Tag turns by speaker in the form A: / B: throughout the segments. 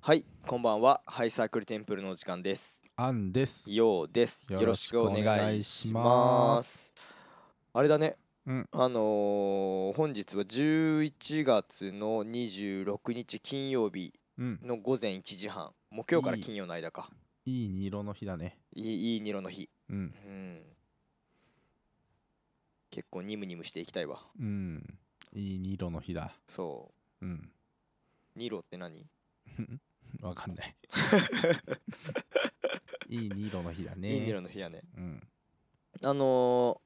A: はい、こんばんは。ハイサークルテンプルのお時間です。
B: アンです。
A: ようです。よ
B: よ
A: ろ
B: ろ
A: し
B: し
A: く
B: く
A: お
B: お
A: 願
B: 願
A: い
B: い
A: し
B: し
A: ま。
B: ます
A: あれだね。
B: うん
A: あのー本日は11月の26日金曜日
B: うん、
A: の午前1時半。もう今日から
B: いい
A: 金曜の間か。
B: いい二色の日だね。
A: いいいいニロの日。
B: うん、
A: うん。結構ニムニムしていきたいわ。
B: うん、いい二色の日だ。
A: そ
B: うん、
A: う。ニロって何
B: わかん ない。いい二色の日だね。
A: いいニロの日やね。
B: うん、
A: あの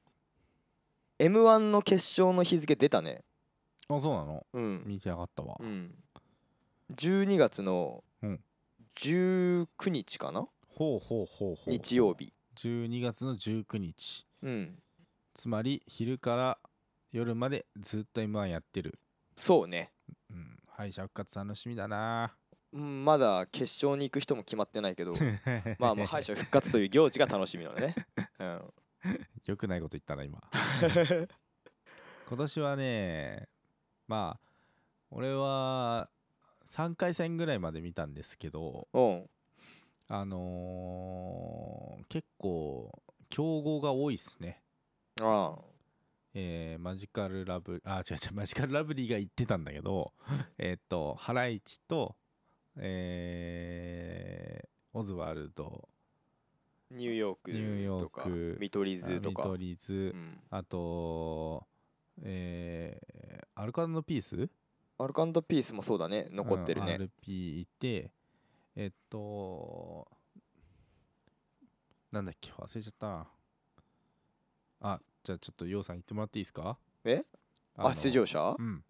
A: ー、M1 の決勝の日付出たね。
B: あ、そうなの。
A: うん。
B: 見て上がったわ
A: う。ん、12月の
B: うん
A: 19日かな、
B: ほうほうほうほう。
A: 日曜日、
B: 十二月の十九日。
A: うん、
B: つまり昼から夜までずっと M1 やってる。
A: そうね、
B: うん、敗者復活楽しみだな。
A: うん、まだ決勝に行く人も決まってないけどまあもう敗者復活という行事が楽しみなのね、うん、
B: よくないこと言った な今今年はねまあ俺は3回戦ぐらいまで見たんですけど
A: うん
B: あのー結構競合が多いっすね
A: あ
B: えーマジカルラブあ違う違うマジカルラブリーが言ってたんだけど えっとハライチとえーオズワルド
A: ニューヨ
B: ニュー
A: ーク
B: ヨーク
A: とか見取り図と
B: 見
A: か、
B: 取り図
A: うん、
B: あと、えーアルカンドピース
A: アルカンドピースもそうだね残ってるね、
B: うん RP いて、えっと、なんだっけ、忘れちゃったな。あ、じゃあちょっと、ようさん言ってもらっていいですか
A: え
B: あの
A: あ出場者、
B: うん。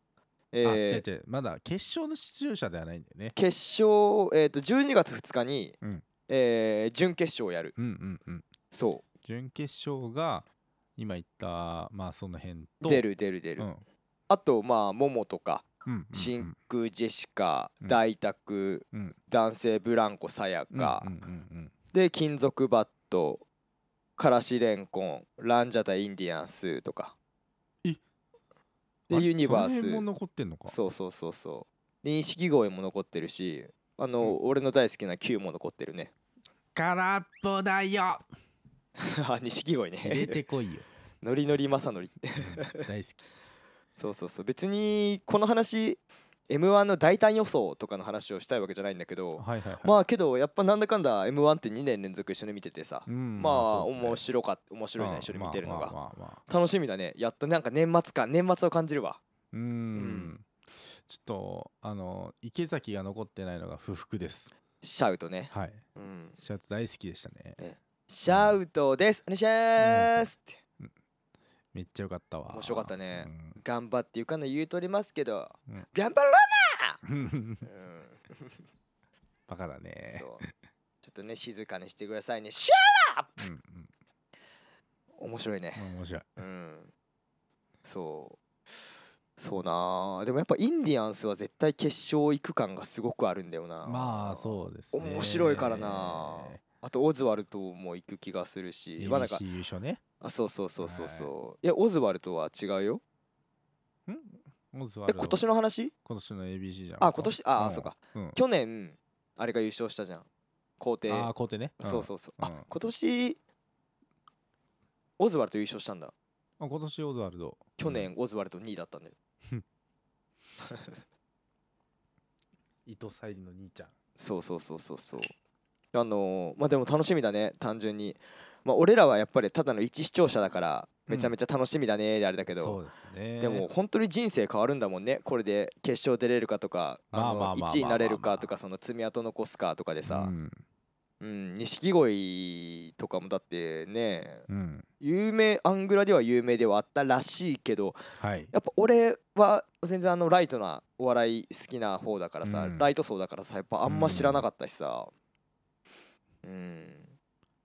A: え
B: あ、違
A: ー
B: う違う、まだ決勝の出場者ではないんだよね。
A: 決勝、えー、と12月2日に、
B: うん
A: えー準決勝をやる
B: うんうんうん。
A: そ
B: 準決勝が、今言った、まあ、その辺
A: う
B: と。
A: 出る出る出
B: うん。
A: る、
B: うん
A: あとまあモモとか
B: うんうん
A: 真空ジェシカ、
B: うん
A: 大拓、
B: うん
A: 男性ブランコさや
B: うん
A: か、
B: うんうん
A: で金属バットからしれんこんランジャタインディアンスとか
B: えう
A: で
B: ん。あ
A: ユニバー
B: その
A: ス
B: 辺も残ってんのか。
A: そうそうそうそうで錦鯉も残ってるしあの、俺の大好きな Q も残ってるね
B: 空っぽだよ。
A: あ錦鯉
B: 入れ
A: ね
B: てこいよ。
A: ノリノリマサノリ
B: うん大好き。
A: そうそうそう別にこの話 m 1の大胆予想とかの話をしたいわけじゃないんだけど、
B: はいはいはい。
A: まあけどやっぱなんだかんだ m 1って2年連続一緒に見ててさ、
B: うん
A: まあ
B: そうですね
A: 面白かっ面白いじゃん
B: あ
A: 一緒に見てるの
B: まあ
A: が
B: まあまあまあ
A: 楽しみだねやっとなんか年末か年末を感じるわ
B: うーんちょっとあの池崎が残ってないのが不服です
A: シャウトね、
B: はい
A: うん、
B: シャウト大好きでしたね
A: シャウトですお願いしますって
B: めっちゃ良かったわ
A: 面白かったね
B: うん
A: 頑張っていうかの言うとりますけど、
B: うん
A: 頑張ろう
B: バカだ
A: うん、
B: ね
A: そうちょっとね静かにしてくださいねシ
B: うんうん
A: ャ面白いね、
B: まあ面白い
A: うん、そうそうなあでもやっぱインディアンスは絶対決勝行く感がすごくあるんだよな
B: まあそうですね
A: 面白いからなあとオズワルドも行く気がするしまあなんか
B: ABC 優勝ね
A: あそうそうそうそうそういやオズワルドは違うよ
B: オズワ
A: え
B: ルド
A: 今年の話
B: 今年の ABC じゃん
A: あ今年ああ
B: ん
A: そうか
B: うん
A: 去年あれが優勝したじゃん皇帝
B: ああ皇帝ね
A: そう
B: うん
A: そうそう
B: うん
A: あ今年オズワルド優勝したんだ
B: あ今年オズワルド
A: 去
B: うん
A: 年オズワルド2位だったんだよ
B: 伊藤沙莉の兄ちゃん
A: そうそうそうそうそうあのーまあでも楽しみだね単純にまあ俺らはやっぱりただの一視聴者だから
B: うん
A: めちゃめちゃ楽しみだねであれだけ
B: そ
A: ど、
B: うですね
A: でも本当に人生変わるんだもんねこれで決勝出れるかとか
B: まあ
A: あの
B: まあまあまあまあ
A: 1位になれるかとかその爪痕残すかとかでさ
B: うん
A: うん錦鯉とかもだってね
B: うん
A: 有名アングラでは有名ではあったらしいけど
B: はい
A: やっぱ俺は全然あのライトなお笑い好きな方だからさ、
B: うん
A: ライト層だからさやっぱあんま知らなかったしさうん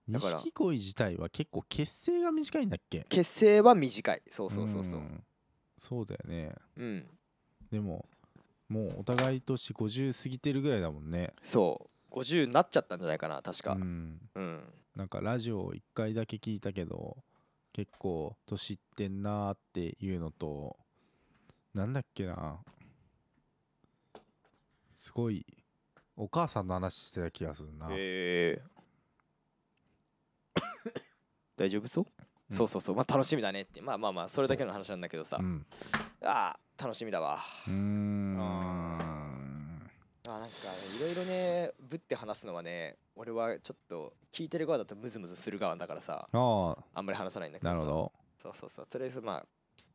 A: だから
B: 錦鯉自体は結構結成が短いんだっけ
A: 結成は短いそうそうそうそう
B: うんそうだよね
A: うん、
B: でももうお互い年50過ぎてるぐらいだもんね
A: そう50になっちゃったんじゃないかな確
B: う
A: か
B: ん
A: うん、
B: なんかラジオ1回だけ聞いたけど結構年いってんなーっていうのとなんだっけなすごいお母さんの話してた気がするな、
A: えー大丈夫そう、
B: うん
A: そうそうそうまあ楽しみだねってまあまあまあそれだけの話なんだけどさ、
B: うん
A: あー楽しみだわ
B: うーん
A: あーなんかいろいろねぶって話すのはね俺はちょっと聞いてる側だとムズムズする側だからさ
B: ああ
A: あんまり話さないんだけど
B: な
A: さ
B: るほど
A: そうそうそうとりあえずまあ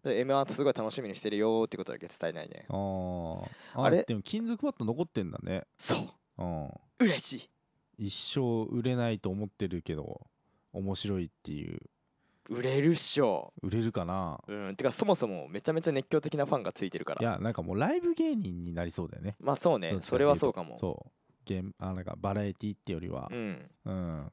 A: M1 すごい楽しみにしてるよーってことだけ伝えないね
B: ああ
A: あれ
B: でも金属バット残ってんだね
A: そう
B: うん
A: 嬉しい
B: 一生売れないと思ってるけど面白いっていう
A: 売れるっしょ
B: 売れるかな
A: うんてかそもそもめちゃめちゃ熱狂的なファンがついてるから
B: いやなんかもうライブ芸人になりそうだよね
A: まあそう
B: ど
A: ね
B: っち
A: そ
B: ってい
A: れ
B: と
A: はそうかも
B: そうゲームあなんかバラエティってよりは
A: うん
B: うん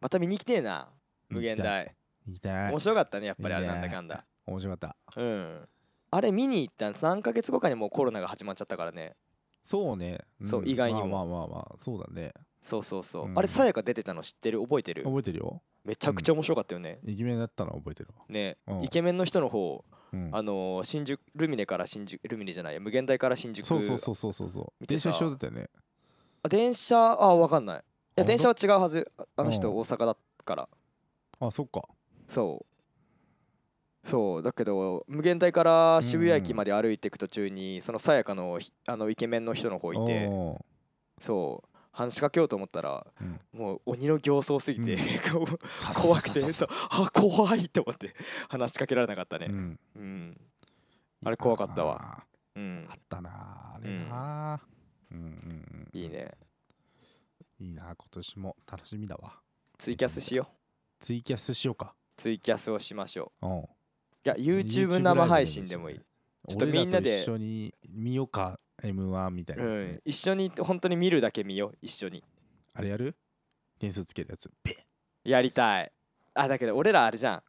A: また見に来てえな無限大
B: 行きたい
A: 面白かったねやっぱりあれなんだかん だ
B: 面白かった
A: うんあれ見に行った3ヶ月後かにもうコロナが始まっちゃったからね
B: そうね、ん
A: そう意外にも
B: まあまあまあまあそうだね
A: そうそうそう、
B: うん
A: あれさやか出てたの知ってる覚えてる
B: 覚えてるよ
A: めちゃくちゃ面白かったよね、
B: イケメンだったの覚えてるわ
A: ね
B: うん
A: イケメンの人の方、
B: うん
A: あのー新宿ルミネから新宿ルミネじゃない無限大から新宿
B: そうそうそうそうそうそう
A: 見て
B: 電
A: さ
B: 車一緒だったよね
A: あ電車あわかんないいや
B: あ
A: 電車は違うはずああの
B: う
A: 人
B: ん
A: 大阪だから
B: あそっか
A: そうそうだけど無限大から渋谷駅まで歩いていく途中に、そのさやかのひあのイケメンの人の方いて
B: おー
A: そう話しかけようと思ったら、
B: うん
A: もう鬼の形相すぎて、 こう
B: ささ
A: 怖く
B: さ
A: て
B: さ
A: そうあ怖いと思って話しかけられなかったね
B: うん
A: うん、あれ怖かったわうん
B: あーあったなあれなあうんうんうん
A: いいね
B: いいな今年も楽しみだわ
A: ツイキャスしよう
B: ツイキャスしようか
A: ツイキャスをしましょ
B: うん
A: ういや YouTube 生配信でもいい、ちょっとみんなで
B: 俺らと一緒に見ようか M1 みたいうなやつね
A: ん、一緒に本当に見るだけ見よう一緒に
B: あれやる点数つけるやつペッ
A: やりたいあだけど俺らあれじゃん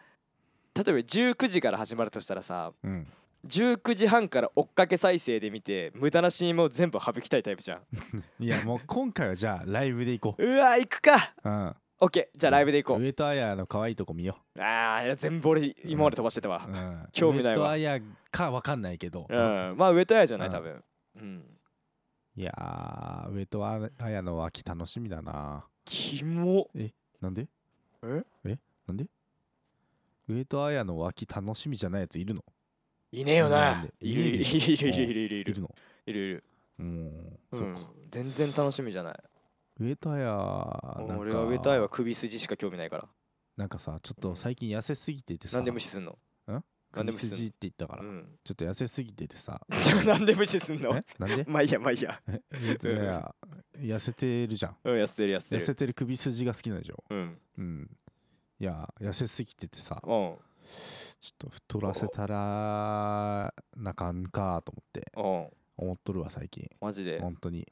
A: 例えば19時から始まるとしたらさ
B: うん
A: 19時半から追っかけ再生で見て無駄な CM を全部省きたいタイプじゃん
B: いやもう今回はじゃあライブで行こう
A: うわ行くか
B: うん
A: オッケーじゃあライブで行こう、
B: 上戸彩の可愛いとこ見よ
A: あーいや全部俺今まで飛ばしてたわ
B: う、うん、
A: 興味ないわ
B: 上戸彩かわかんないけど、
A: うん、まあ上戸彩じゃない
B: うん
A: 多分うん
B: いやー上戸彩の秋楽しみだな
A: キモ
B: なんで
A: え
B: えなんで上戸彩の秋楽しみじゃないやついるの
A: いねえよ
B: な
A: な
B: んで
A: いるいる
B: い
A: い
B: ねえでしょ
A: るいるいるいるい
B: い
A: る
B: るの
A: いるいる
B: うん、
A: う
B: そっ
A: ん
B: か
A: 全然楽しみじゃない
B: 上戸彩なんか
A: 俺は上戸彩は首筋しか興味ないから
B: なんかさちょっと最近痩せすぎててさ
A: なんで無視すんのなんで無
B: 首
A: 視すんの
B: 筋って言ったから、
A: う
B: ち
A: ん
B: ょっと痩せすぎててさ
A: じゃあなんで無視すんの
B: えなん で
A: まあいいやまあいいや
B: え上戸彩痩せてるじゃん
A: うん痩せてる痩せて
B: 痩
A: る
B: せてる首筋が好きなんでしょ
A: うん
B: うんいや痩せすぎててさち
A: う
B: ょっ
A: ん
B: と太らせたらなかんかと思って
A: うん
B: 思っとるわ最近
A: マジで
B: 本当に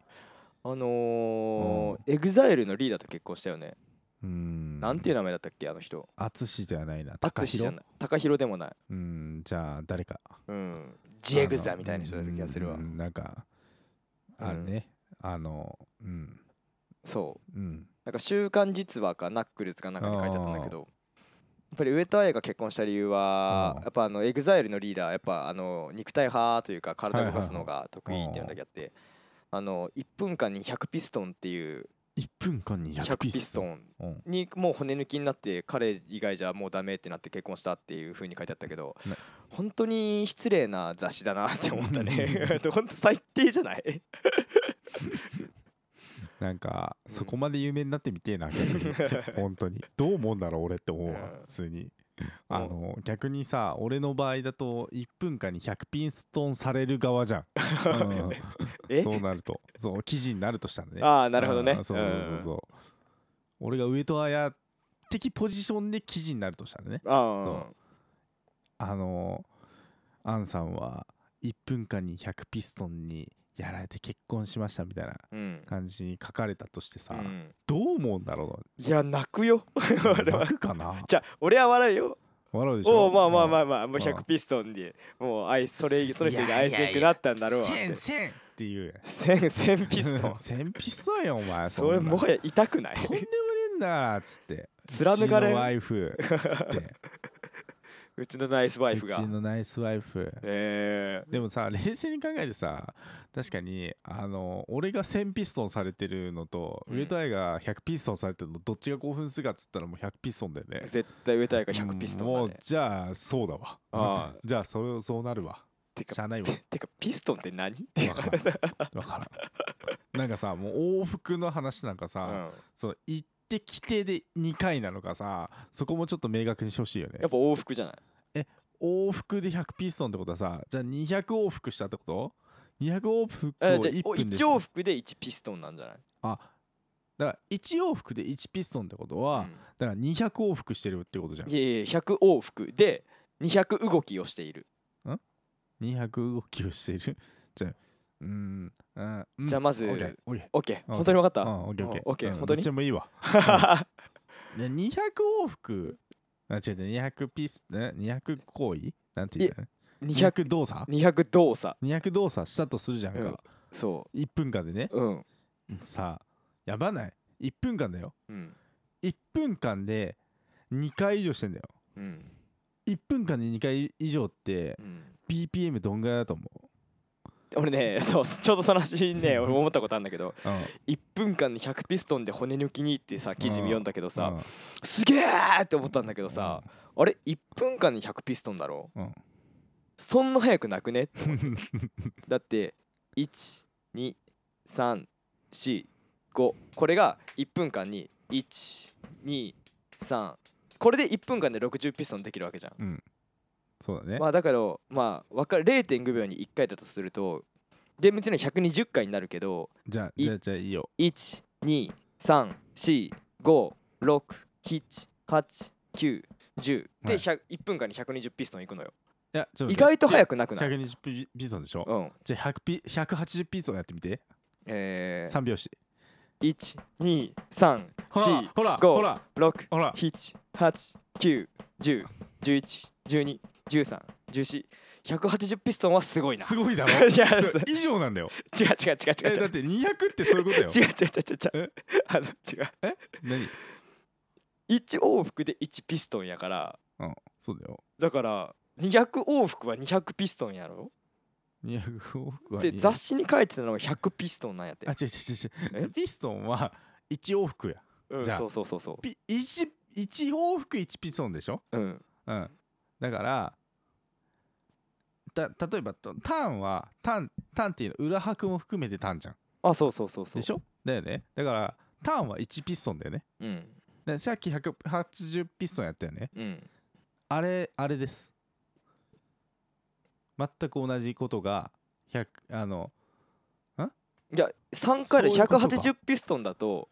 A: あのーエグザイルのリーダーと結婚したよね
B: うん
A: なんていう
B: の
A: 名前だったっけあの人
B: 淳ではないな
A: 高
B: 高
A: 弘じゃ
B: 弘
A: ない高弘でもない
B: うんじゃあ誰か
A: うんジエグザみたいな人だった気がするわ
B: うんなんかあれねあのうん
A: そう
B: うん
A: なんか週刊実話かナックルズかなんかに書いてあったんだけどやっぱり上戸彩が結婚した理由は
B: うん
A: やっぱあのエグザイルのリーダーやっぱあの肉体派というか体を動かすのが得意っていうのだけあってあの1分間に100ピストンっていう
B: 1分間に
A: 100
B: 100
A: ピ
B: ピ
A: ス
B: ス
A: ト
B: トン
A: ン
B: うん
A: にもう骨抜きになって彼以外じゃもうダメってなって結婚したっていう風に書いてあったけど
B: ね
A: 本当に失礼な雑誌だなって思ったね 本当最低じゃない
B: なんか
A: うん
B: そこまで有名になってみて えな逆に本当にどう思うんだろう俺って思うわ
A: うん
B: 普通にあの逆にさ俺の場合だと1分間に100ピンストンされる 側じゃん、うん
A: え
B: そうなるとそう記事になるとしたらね
A: ああなるほどね
B: うんそうそうそうそう、俺が上戸彩的ポジションで記事になるとしたらね
A: うんあ
B: あのアンさんは1分間に100ピストンにやられて結婚しましたみたいな
A: ーうん
B: 感じに書かれたとしてさ、
A: うん
B: どう思うんだろ
A: いや泣くよ
B: う
A: 俺は
B: 泣くかな
A: じゃあ俺は笑うよ
B: 笑うでし
A: お
B: ょ
A: おまあまあまあまあもう
B: うん
A: 100ピストンでもう愛それその人に
B: いや
A: 愛
B: いやいや
A: せんくなったんだろうわ
B: せんせんっていう
A: 1000 1000ピスト ン
B: せんピストンよお前ん
A: そ
B: な
A: れもはや痛くない
B: とんでもねえんだっつって
A: 貫かれん
B: うちのワイフっつって
A: うちのナイス ワイフ
B: う
A: が
B: ちのナイスワイフ
A: え
B: でもさ 冷静に考えてさ確かにあの俺が1000ピストンされてるのと、
A: うん
B: 上戸愛が100ピストンされてるのどっちが興奮するかっつったらもう100ピストンだよね
A: ー、絶対上大会100ピストン
B: も
A: だ
B: う
A: ね
B: じゃあそうだわ
A: ああ
B: じゃあそれそうなるわ
A: て
B: しゃ
A: か
B: あないわ
A: ててかピストンって何っていう
B: わからんわからんなんかさもう往復の話なんか
A: う
B: さ、
A: ん
B: その行ってきてで2回なのかさそこもちょっと明確にしてほしいよね
A: やっぱ往復じゃない
B: 往復で100ピーストンってことはさじゃあ200往復したってこと ?200 往復を
A: あじゃあ
B: 1
A: お
B: 分で
A: 1
B: す
A: 往復で1ピストンなんじゃない
B: あだから1往復で1ピストンってことは、
A: うん
B: だから200往復してるってことじゃん
A: いやいや100往復で200動きをしている
B: 200動きをしてるじゃあうーんあうん
A: じゃあまず
B: オッケーオッケー
A: オッケー
B: うん
A: 本当に分かっ
B: う
A: た
B: んオッケーオッケー
A: オッケー
B: うん
A: 本当に
B: どっちでもいいわで200往復あ違う違う200ピースえ200行為なんて言ったらいいの
A: 200,
B: 200動作
A: 200動作
B: 200動作したとするじゃん
A: うん
B: か、
A: そ
B: 1分間でね、
A: ううん
B: さあやばない1分間だよ
A: うん
B: 1分間で2回以上してんだよ
A: うん
B: 1分間で2回以上って
A: うん
B: BPM どんぐらいだと思
A: 俺ねそうちょうどその話 ね俺思ったことあるんだけど
B: う、うん
A: 1分間で100ピストンで骨抜きにってさ記事読んだけどさ
B: うん
A: すげえって思ったんだけどさあれ1分間に100ピストンだろ
B: うん
A: そんな早くなくねって思ってだって1234これが1分間に123これで1分間で60ピストンできるわけじゃん
B: そうだね、
A: まあだからまあわかる0.5秒に1回だとすると厳密には120回になるけど
B: じゃあ
A: い
B: じゃあじゃあいいよ
A: 12345678910で
B: はい
A: 100 1分間に120ピストンいくのよ
B: いやちょっと
A: 意
B: 待って
A: 外と早くなくない
B: 120ピピストンでしょ、
A: うん
B: じゃあ100ピ180ピストンやってみて、
A: え
B: 3拍子
A: ー
B: ほらほらほらほら
A: 123456789101112131480ピストンはすごいな
B: すごいだろ
A: いや
B: そ
A: そう
B: れ以上なんだよ
A: 違う違う違う
B: え
A: 違う違
B: だ
A: う
B: って200ってそういうことよ
A: 違う違う違う違う違うあの違う
B: 何
A: 1往復で1ピストンやから
B: うんそうだよ
A: だから200往復は200ピストンやろ
B: 200往復は
A: で
B: 200
A: 雑誌に書いてたのが100ピストンなんやって
B: あ違う違う違
A: え
B: うピストンは1往復や
A: うん
B: じゃあ
A: そうそうそうそ
B: ピ 1, 1往復1ピストンでしょ
A: ううん
B: うんだからた例えばとターンはターンターンっていうの裏拍も含めてターンじゃん
A: あそうそうそうそう
B: でしょだよねだからターンは1ピストンだよね
A: うん
B: でさっき180ピストンやったよね
A: うん
B: あれあれです全く同じことが100あの
A: いや3回で
B: そういうことか
A: 180ピストンだと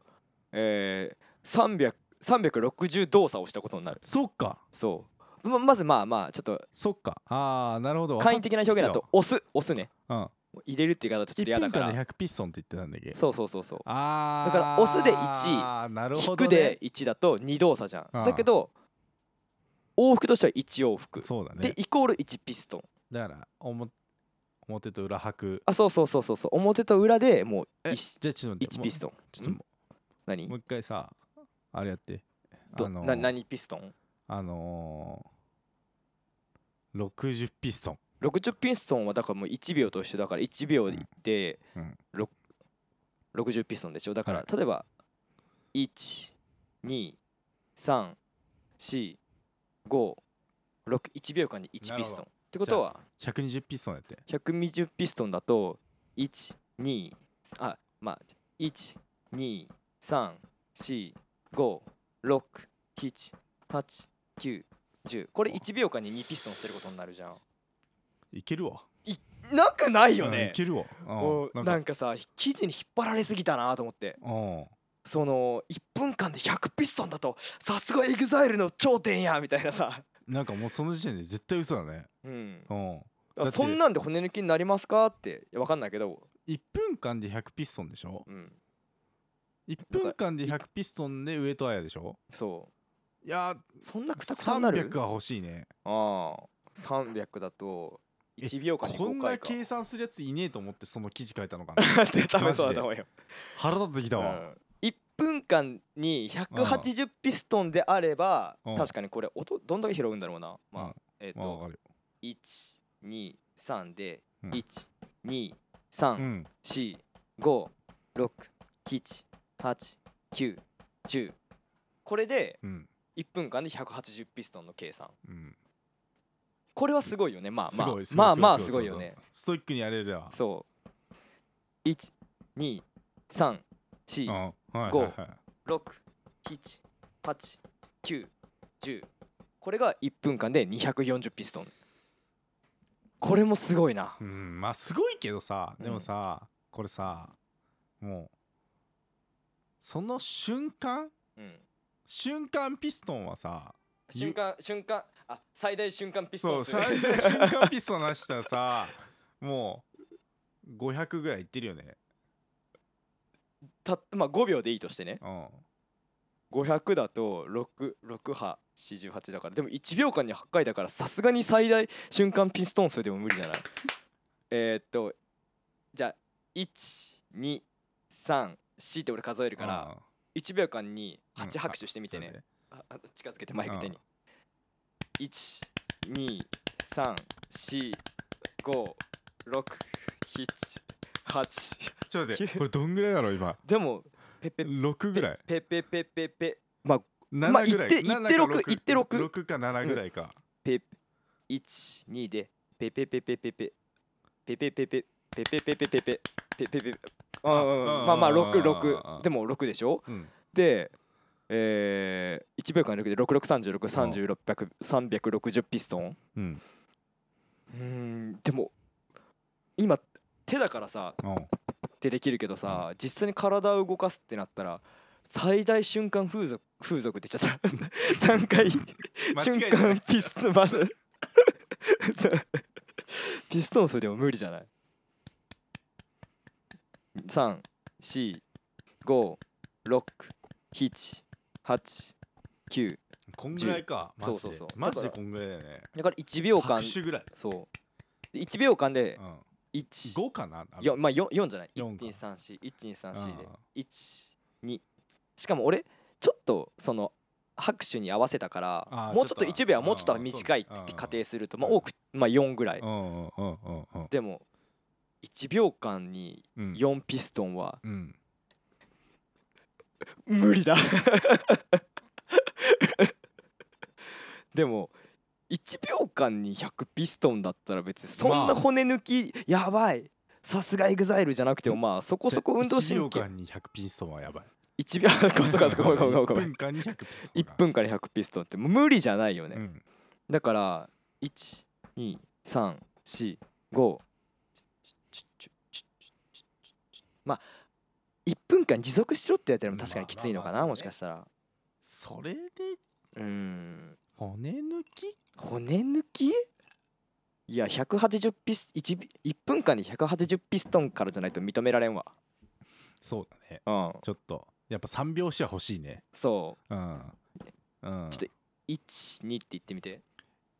A: えー、300 360動作をしたことになる
B: そっか
A: そうままずまあまあちょっと
B: そっかああなるほど
A: 簡易的な表現だと押す押すね
B: うん
A: もう入れるっていう言い方ちょっと
B: 1
A: 嫌だ
B: 分
A: か
B: 間
A: ら
B: で100ピストンって言ってたんだっけ
A: そうそうそうそう
B: あ
A: だから押すで
B: 1なる
A: 引
B: ほ
A: く
B: ど、ね、
A: で1だと2動作じゃん
B: ああ
A: だけど往復としては1往復
B: そうだね
A: でイコール1ピストン
B: だからおも表と裏拍
A: あそうそうそうそうそう表と裏でもう
B: え
A: 1
B: じゃあちょっと待っても
A: ピ
B: う
A: ストン
B: ちょっとも
A: 何
B: もう一回さあれやって
A: ど
B: あのー
A: な何ピストン
B: あのー、60ピストン
A: ?60 ピストンはだからもう1秒と一緒だから1秒で
B: うんうん
A: ろく60ピストンでしょだから
B: は
A: 例えば1234561秒間で1ピストン
B: なるほど
A: ってことは
B: 120ピストンやって
A: 120ピストンだと12あまあ12345678910これ1秒間に2ピストンしてることになるじゃん
B: いけるわ
A: なくない
B: い
A: よ
B: い
A: ね
B: けるわ
A: お
B: うん
A: な
B: なん
A: ん
B: か
A: かさ記事に引っ張られすぎたなと思って
B: うん
A: その1分間で100ピストンだとさすがエグザイルの頂点やみたいなさ
B: なんかもうその時点で絶対嘘だね
A: うん
B: うん
A: あ
B: だって
A: そんなんで骨抜きになりますかっていやわかんないけど
B: 1分間で100ピストンでしょ
A: うん
B: 1分間で100ピストンで上と綾でしょ
A: そう
B: いや
A: そんなくたくさんなる
B: 300は欲しいね
A: ああ300だと
B: え
A: 1秒間に
B: こん
A: 5
B: な
A: 回か
B: 計算するやついねえと思ってその記事書いたのかな
A: 多分そうだと思うよ、
B: 腹立ってき
A: う
B: たわ、
A: ん、1分間に180ピストンであれば
B: うん
A: 確かにこれ音どんだけ拾うんだろうなまあえっ、
B: まあわ
A: と
B: かる
A: 123で、
B: うん
A: 一二
B: よう
A: 12345678910
B: ん
A: これで
B: うん
A: 1分間で180ピストンの計算
B: うん
A: これはすごいよねまあ
B: す
A: まあ
B: ごいすごい
A: まあ
B: すごい
A: まあすごい
B: すごいす
A: よ
B: ごい
A: ね
B: ストイックにやれるわ
A: そう12345
B: ううんはい
A: 五
B: はいはい
A: 678910これが1分間で240ピストンこれもすごいな
B: うんまあすごいけどさでもさ、これさもうその瞬間
A: うん
B: 瞬間ピストンはさ
A: 瞬間瞬間あ最大瞬間ピス
B: そ
A: ト
B: う
A: ン数
B: 最初の瞬間ピストン出したらさもう500ぐらいいってるよね
A: た まあ5秒でいいとしてね
B: うん
A: 500だと66波48だからでも1秒間に8回だからさすがに最大瞬間ピストン数でも無理 じゃないえーっとじゃあ1234って俺数えるから1秒間に
B: うん
A: 8拍手してみてね、ああ近づけてマイク手に123456788
B: うんちょっと待ってこれどんぐらいだろう今
A: でもペペペ
B: 6ぐらい
A: ペペペペペまあまあ
B: 7ぐらい
A: いっていって六いって六
B: 6か7ぐらいか、
A: ペ一二でペペペペペペペペペペペペペペペペペペペあ
B: あ
A: あまあまあ
B: うんうんうんうん
A: 六六でも六でしょ
B: うん
A: でえー、1秒間6で6636360ピストン
B: うん
A: うーんでも今手だからさ
B: うん
A: ってできるけどさ実際に体を動かすってなったら最大瞬間風俗風俗出ちゃった 3回
B: 間違
A: 瞬
B: えた
A: 間ピストンまず ピストン数でも無理じゃない3456789
B: こんぐらいかマジで
A: そうそうそう
B: マジで
A: だから
B: こんぐらいだよね
A: だから1秒間
B: 拍手ぐらい、
A: そうで1秒間で
B: うん、
A: 1
B: 5かな
A: よまあ 4, 4じゃない
B: 4か
A: 1234123で
B: あ
A: 12しかも俺ちょっとその拍手に合わせたから
B: あー
A: もうちょっと
B: ちょっと
A: 1秒はもうちょっと
B: うんうん
A: 短いっ
B: そう
A: て
B: ね
A: 仮定すると
B: うん
A: まあ多くまあ4ぐらい
B: うんうんうんうんうん
A: でも1秒間に
B: うん
A: 4ピストンは
B: うん
A: 無理だ でも1秒間に100ピストンだったら別にそん
B: まあ
A: な骨抜きやばいさすがエグザイルじゃなくてもまあそこそこ運動
B: 1
A: 神
B: 秒
A: 経
B: 間に100ピンストンはやばい
A: 1秒 そうかそうかそうかごめんごめんごめんごめん
B: 1分間に100ピンストン
A: 1分から100ピストンってもう無理じゃないよね、
B: うん
A: だから12345まあ1分間持続しろってやったら確かにきついのかな、
B: まあまあまあ
A: もしかしたら
B: それで
A: うーん
B: 骨抜き
A: 骨抜きいや180ピス 1, 1分間に180ピストンからじゃないと認められんわ
B: そうだね
A: うん
B: ちょっとやっぱ3拍子は欲しいね
A: そ
B: うんうん
A: ちょっとう12って言ってみて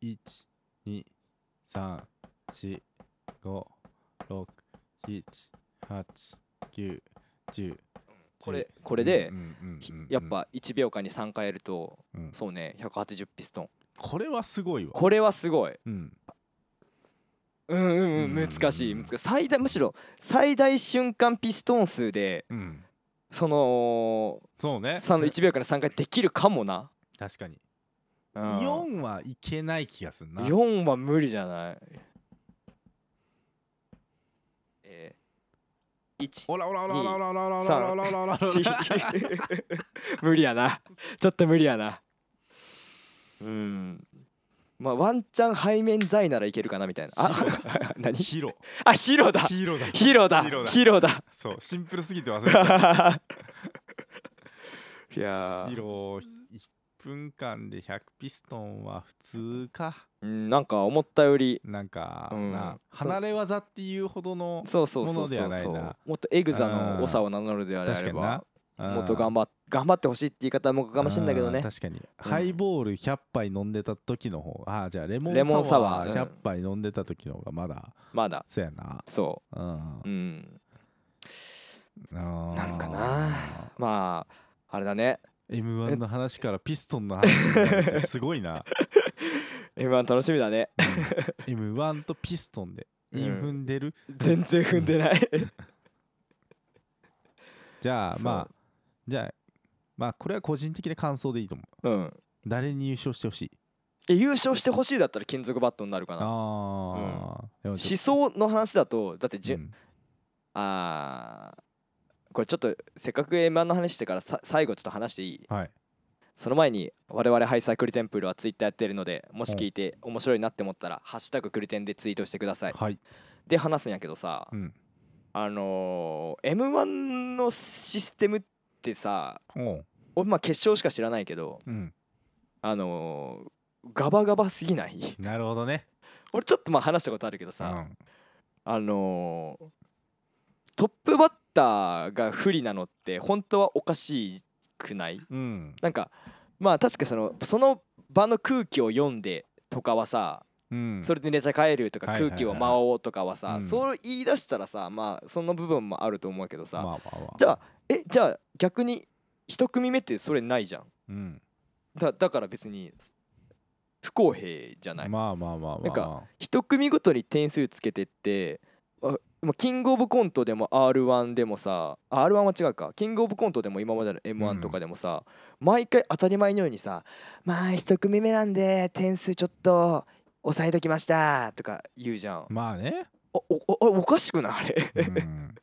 B: 一二三四五六七八九十
A: これこれで
B: うんうんうんうん
A: やっぱ1秒間に3回やると
B: うん
A: そうね180ピストン
B: これはすごいわ
A: これはすごい
B: うん
A: うんうんうん難しい難しい最大むしろ最大瞬間ピストン数で
B: うん
A: その
B: そうね
A: その1秒から3回できるかもな、
B: 確かに
A: う
B: 4はいけない気がするな
A: 4は無理じゃないえー、1
B: おらおらおらおらおらおらおらおらおらおらおら
A: 無理やなちょっと無理やなうんまあワンチャン背面材ならいけるかなみたいなあ 何
B: ヒロ
A: あヒロだ
B: ヒロだ
A: ヒロだ
B: ヒロだ
A: ヒロだ
B: そうシンプルすぎて忘れた
A: いや
B: ヒ
A: ー
B: ロ1分間で100ピストンは普通か
A: うんなんか思ったより
B: なんか
A: うん
B: な
A: そう
B: 離れ技っていうほどの
A: そうそうそ
B: も
A: う
B: ので
A: そ
B: は
A: う
B: ない
A: そう
B: な
A: もっとエグザの長を名乗るであ
B: 確か
A: れ
B: にな
A: ばもっと頑張っ頑張ってほしいって言い方もかもしれないけど
B: あー
A: ね
B: 確かに、ハイボール100杯飲んでた時の方あーじゃあレモ
A: レモ
B: ン
A: ン
B: サ
A: サワ
B: ワ
A: ー
B: ー
A: うん
B: 100杯飲んでた時の方がまだ
A: まだ
B: そやな
A: そ
B: うん
A: ううんな
B: なん
A: かなまああれだね
B: m 1の話からピストンの話になるってすごいな
A: M1 楽しみだね
B: M1 とピストンで
A: うん
B: イン踏んでる、
A: 全然踏んでない
B: じゃあ
A: そう
B: まあじゃあまあこれは個人的な感想でいいと思 う
A: うん
B: 誰に優勝してほしい
A: え優勝してほしいだったら金属バットになるかな
B: ああ、でも
A: 思
B: ちょっ
A: 想の話だとだって
B: と
A: じゅ、
B: うん
A: あーこれちょっとせっかく M1 の話してからさ最後ちょっと話していい
B: はい
A: その前に我々ハイサイクリテンプールはツイッターやってるのでもし聞いて面白いなって思ったら「ハッシュタグクリテン」でツイートしてください
B: はい、
A: で話すんやけどさ
B: うん
A: あのー M1 のシステムってさ
B: おう
A: 俺まあ決勝しか知らないけど
B: うん
A: あのーガバガバすぎない
B: なるほどね
A: 俺ちょっとまあ話したことあるけど
B: う
A: さ、
B: ん
A: あのートップバッターが不利なのって本当はおかしくない
B: うん
A: なんかまあ確かそのその場の空気を読んでとかはさ、
B: うん
A: それでネタ変えるとか
B: はいはい
A: 空
B: はい
A: 気を回おうとかはさ、
B: うん
A: そう言い出したらさまあその部分もあると思うけどさ、
B: まあまあまあ
A: じゃあえじゃあ逆に一組目ってそれないじゃん
B: うん
A: だだから別に不公平じゃ
B: ま
A: な
B: あ
A: い
B: まあまあまあ
A: なんか一組ごとに点数つけてってあまあキングオブコントでも r 1でもさ r 1は違うかキングオブコントでも今までの m
B: うん
A: 1とかでもさ、毎回当たり前のようにさ「まあ一組目なんで点数ちょっと抑えときました」とか言うじゃん
B: まあね、
A: おおおおかしくないあれ
B: うん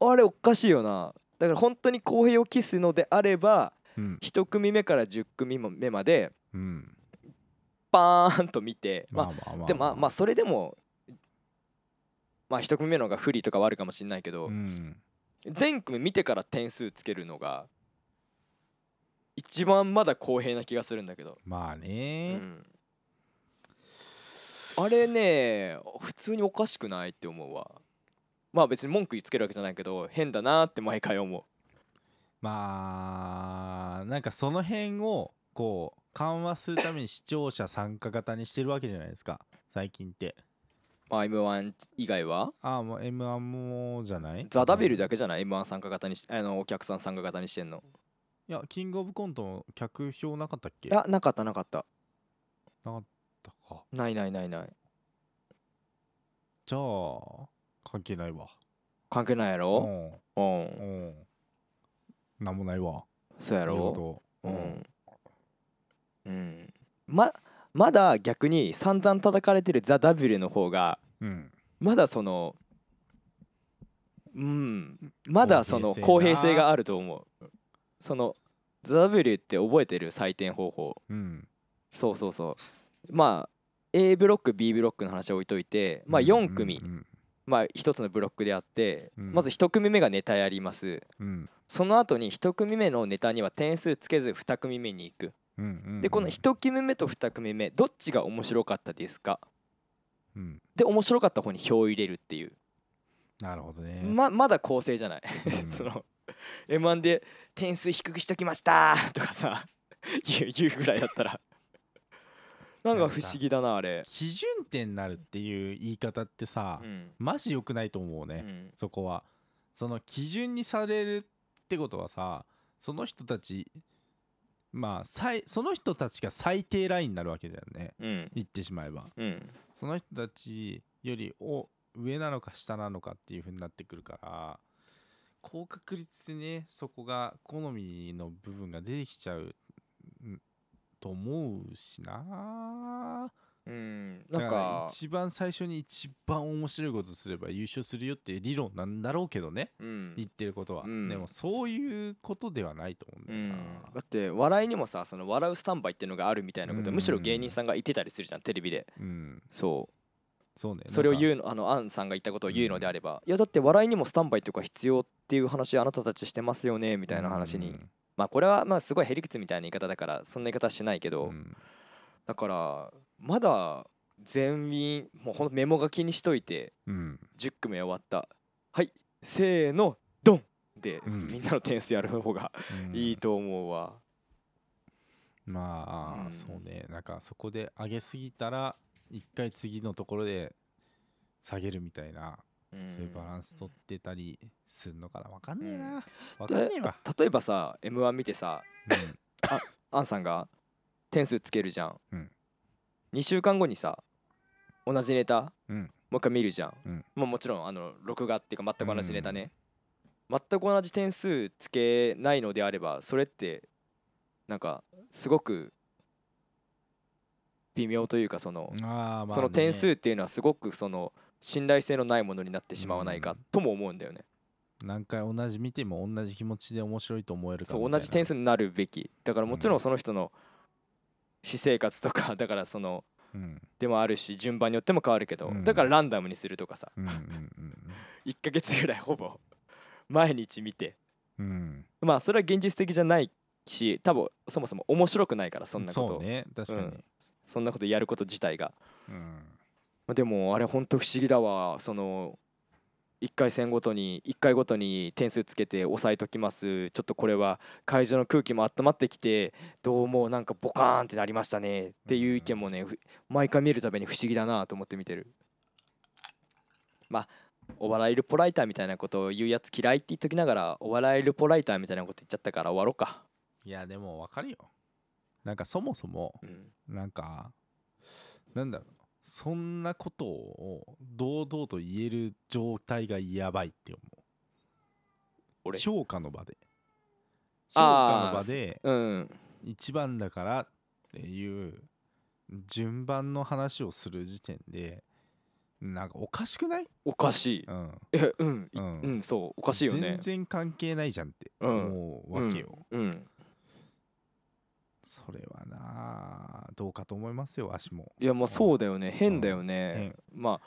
A: あれおかしいよなだから本当に公平を期すのであれば
B: うん
A: 1組目から10組目まで
B: うん
A: バーンと見てまあ
B: まあまあ
A: でもまあまあそれでもまあ1組目の方が不利とかはあるかもしれないけど、
B: うん
A: 全組見てから点数つけるのが一番まだ公平な気がするんだけど、
B: まあ
A: う
B: ね、
A: ん、あれね普通におかしくないって思うわまあ別に文句つけるわけじゃないけど変だなって毎回思う
B: まあなんかその辺をこう緩和するために視聴者参加型にしてるわけじゃないですか最近って
A: まあ m 1以外は
B: ああもう m 1もじゃない
A: ザ・ダビル
B: だ
A: だけじゃない m 1参加型にしあのお客さん参加型にしてんの
B: いやキングオブコントも客票なかったっけ
A: いやなかったなかった
B: なかったか
A: ないないないない
B: じゃあ関係ないわ
A: 関係ないや
B: う
A: ろ
B: ん
A: うん
B: うんなんもないわ
A: そうや
B: な
A: ろ
B: るほ
A: う
B: どうん
A: ん、うん、ままだ逆に散々叩かれてるザ・ダビルの方が
B: うん
A: まだそのうんまだその公
B: 公平性
A: 平
B: な
A: 性があると思うそのザ・ダビルって覚えてる採点方法
B: うん
A: そうそうそうまあ A ブロック B ブロックの話は置いといてまあ4組、
B: うん
A: まあ1つのブロックであって、
B: うん
A: まず1組目がネタやります
B: うん
A: その後に1組目のネタには点数つけず2組目に行く
B: うんうんうん
A: でこの1組目と2組目どっちが面白かったですか
B: うん
A: で面白かった方に票を入れるっていう
B: なるほどね
A: ままだ構成じゃない
B: う ん
A: その m 1で点数低くしときました とかさ言う言うぐらいだった らなんか不思議だなあれ
B: 基準点になるっていう言い方ってさ、
A: うん
B: マジ良くないと思う
A: う
B: ね、
A: ん
B: そこはその基準にされるってことはさその人たちまあ最その人たちが最低ラインになるわけだよね
A: うん
B: 言ってしまえば
A: うん
B: その人たちよりお上なのか下なのかっていう風になってくるから高確率でねそこが好みの部分が出てきちゃうんと思うしな
A: うん
B: だ
A: なん
B: から
A: か
B: 一番最初に一番面白いことすれば優勝するよっていう理論なんだろうけどね
A: うん
B: 言ってることは、
A: うん
B: でもそういうことではないと思
A: う
B: う
A: ん
B: だよ
A: ん
B: な、
A: だって笑いにもさその笑うスタンバイっていうのがあるみたいなこと、
B: うん
A: むしろ芸人さんが言ってたりするじゃんテレビで
B: うん
A: そ
B: そうね
A: うそれを
B: う
A: 言うのあのアンさんが言ったことを言うのであれば、いやだって笑いにもスタンバイとか必要っていう話あなたたちしてますよねみ
B: み
A: たいな話に、まあこれはまあすごいへりくつみたいな言い方だからそんな言い方はしないけど、だからまだ全員もうほんとメモ書きにしといて
B: うん
A: 10組終わったはいせーのドンで、
B: うん
A: みんなの点数やる方が
B: うん
A: いいと思うわ。
B: まあ、
A: うん
B: そうねなんかそこで上げすぎたら一回次のところで下げるみたいな、
A: うん
B: そういうバランス取ってたりするのかなわかんねえ
A: う
B: な、わかんねえわ、
A: 例えばさ m 1見てさ
B: うん
A: アンさんが点数つけるじゃん、
B: うん
A: 2週間後にさ同じネタ
B: うん
A: もう一回見るじゃん、
B: うん
A: まあ、もちろんあの録画っていうか全く同じネタね、全く同じ点数つけないのであればそれってなんかすごく微妙というかその、
B: あーまあ、ね、
A: その点数っていうのはすごくその信頼性のないものになってしまわないか
B: うん
A: とも思うんだよね、
B: 何回同じ見ても同じ気持ちで面白いと思えるか
A: そ
B: み
A: う同
B: たいな
A: じ点数になるべきだからもちろんその人の私生活とかだからその
B: うん
A: でもあるし順番によっても変わるけど、
B: うん
A: だからランダムにするとかさ
B: うんうん
A: 1ヶ月ぐらいほぼ毎日見て
B: うんうん
A: まあそれは現実的じゃないし多分そもそも面白くないからそんなこと
B: そうね確かに、
A: そんなことやること自体が
B: うん
A: まあでもあれほんと不思議だわその1回戦ごとに1回ごとに点数つけて押さえときますちょっとこれは会場の空気も温まってきてどうもなんかボカーンってなりましたねっていう意見もねふ毎回見るたびに不思議だなと思って見てるまあお笑いルポライターみたいなことを言うやつ嫌いって言っときながらお笑いルポライターみたいなこと言っちゃったから終わろうか、
B: いやでもわかるよなんかそもそも
A: うん
B: なんかなんだろうそんなことを堂々と言える状態がやばいって思う
A: 俺
B: 評価の場で評価
A: あー
B: の場で
A: うん
B: 一番だからっていう順番の話をする時点でなんかおかしくない、
A: おかしい
B: うん、
A: えうんい
B: うん
A: うんそうおかしいよね
B: 全然関係ないじゃんって
A: うん
B: 思うわけよ、
A: うん
B: それはなあどうかと思いますよ足も
A: いやまあそうだよね変だよね、ま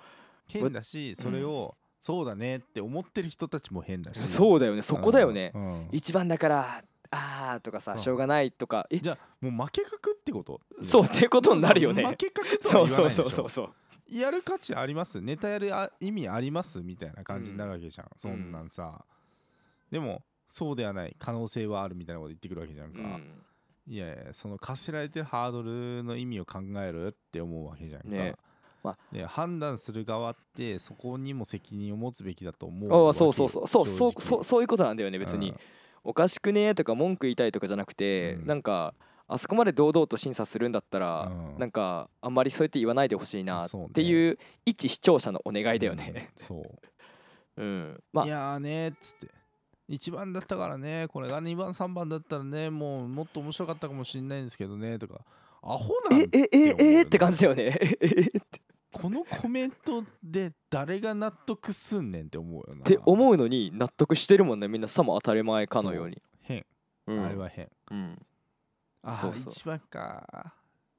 B: 変だしそれをそうだねって思ってる人たちも変だ
A: あ
B: し
A: そうだよねそこだよね、
B: うんうん
A: 一番だからあーとかさ
B: そう
A: しょうがないとかえ
B: じゃあもう負け確ってこと
A: そうってことになるよね
B: 負け確と
A: そ
B: は
A: う
B: 言わ
A: そう
B: ないでし
A: そ
B: ょ
A: うそうそう
B: やる価値ありますネタやるあ意味ありますみたいな感じになるわけじゃん、そんなんさ、でもそうではない可能性はあるみたいなこと言ってくるわけじゃんか、
A: うん
B: いやいやその課せられてるハードルの意味を考えるって思うわけじゃんか、
A: ねま
B: で判断する側ってそこにも責任を持つべきだと思う
A: あ
B: わ
A: あ
B: け
A: そうそうそうそう
B: 正
A: そう
B: 直
A: そうそういうことなんだよね別に、
B: うん
A: おかしくねーとか文句言いたいとかじゃなくて、
B: うん
A: なんかあそこまで堂々と審査するんだったら、
B: うん
A: なんかあんまりそうやって言わないでほしいなっ
B: そうね
A: ていう一視聴者のお願いだよね、
B: うんそう
A: うん、まあ
B: いやーねーっつって1番だったからねこれが2番3番だったらねもうもっと面白かったかもしれないんですけどねとかアホなん
A: え
B: て
A: えええ
B: 思うよね
A: えって感じだよね えええって
B: このコメントで誰が納得すんねんって思うよな
A: って思うのに納得してるもんねみんなさも当たり前かのように
B: 変、
A: うん
B: あれは変
A: うん
B: あ
A: そうそう
B: 1番か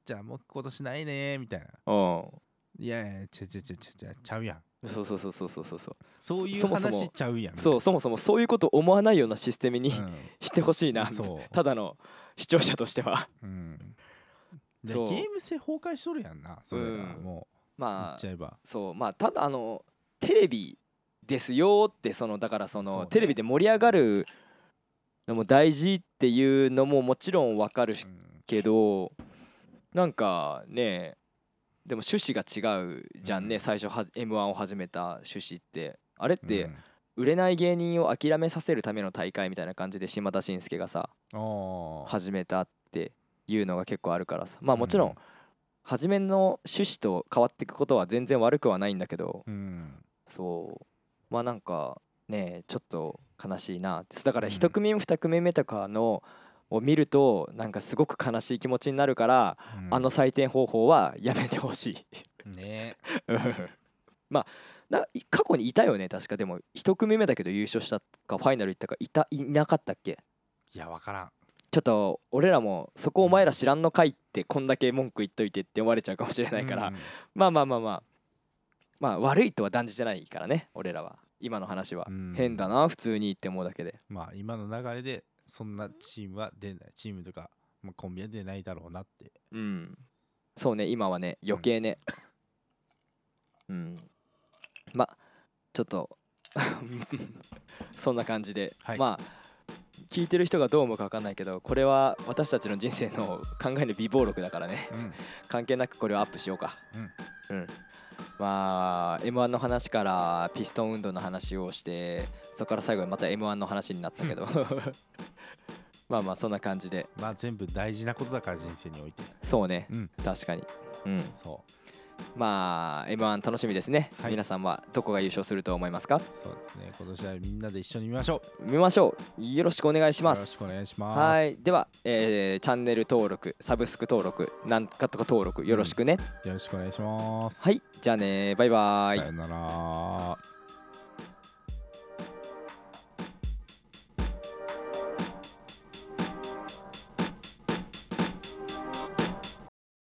B: じゃあもう今年ないねーみたいな
A: う
B: いやいやちゃちゃちゃちゃちゃちゃうやん
A: んそうそうそうそうそうそうそう
B: そういう
A: そもそも
B: 話ちゃうやん
A: そうそもそもそういうこと思わないようなシステムに、
B: みたい
A: してほしいな
B: うんそう
A: ただの視聴者としては
B: なうんでゲ
A: そう
B: ーム性崩壊しとるやんなそれが
A: うん
B: もう言
A: ま
B: っ
A: あ
B: ちゃえば
A: そうまあただあのテレビですよってそのだからそ
B: そう
A: の
B: ね
A: テレビで盛り上がるのも大事っていうのももちろんわかるし
B: うん
A: けどなんかねでも趣旨が違うじゃんね、
B: うん
A: 最初は m 1を始めた趣旨ってあれって、
B: うん
A: 売れない芸人を諦めさせるための大会みたいな感じで島田紳介がさ
B: ああ
A: 始めたっていうのが結構あるからさまあもちろん、初めの趣旨と変わっていくことは全然悪くはないんだけど
B: うんうん
A: そうまあなんかねちょっと悲しいなってだから
B: うん
A: 1組目2組目とかのを見るとなんかすごく悲しい気持ちになるから、
B: うん
A: あの採点方法はやめてほしい
B: ね
A: まあな過去にいたよね確かでも1組目だけど優勝したかファイナル行ったかいたいなかったっけ
B: いやわからん
A: ちょっと俺らもそこお前ら知らんのかいってこんだけ文句言っといてって思われちゃうかもしれないから、
B: うん
A: まあまあまあまあまあ悪いとは断じてないからね俺らは今の話は、
B: うん
A: 変だな普通にって思うだけで
B: まあ今の流れでそんなチームは出ないチームとか、まあ、コンビは出ないだろうなって
A: うんそうね今はね余計ねうん、まあちょっと そんな感じで、
B: はい
A: まあ聞いてる人がどう思うか分かんないけどこれは私たちの人生の考えの微暴録だからね
B: うん
A: 関係なくこれをアップしようかうん、まあ m 1の話からピストン運動の話をしてそこから最後にまた m 1の話になったけど まあまあそんな感じで
B: まあ全部大事なことだから人生において
A: そうね
B: うん
A: 確かに、うん、
B: そ
A: まあ M1 楽しみですね、
B: はい
A: 皆さんはどこが優勝すると思いますか
B: うそうですね今年はみんなで一緒に見ましょう
A: 見ましょうよろしくお願いします
B: よろしくお願いします
A: はいでは、えーチャンネル登録サブスク登録なんかとか登録よろしくね、
B: よろしくお願いします
A: はいじゃあねバイバイ
B: さよなら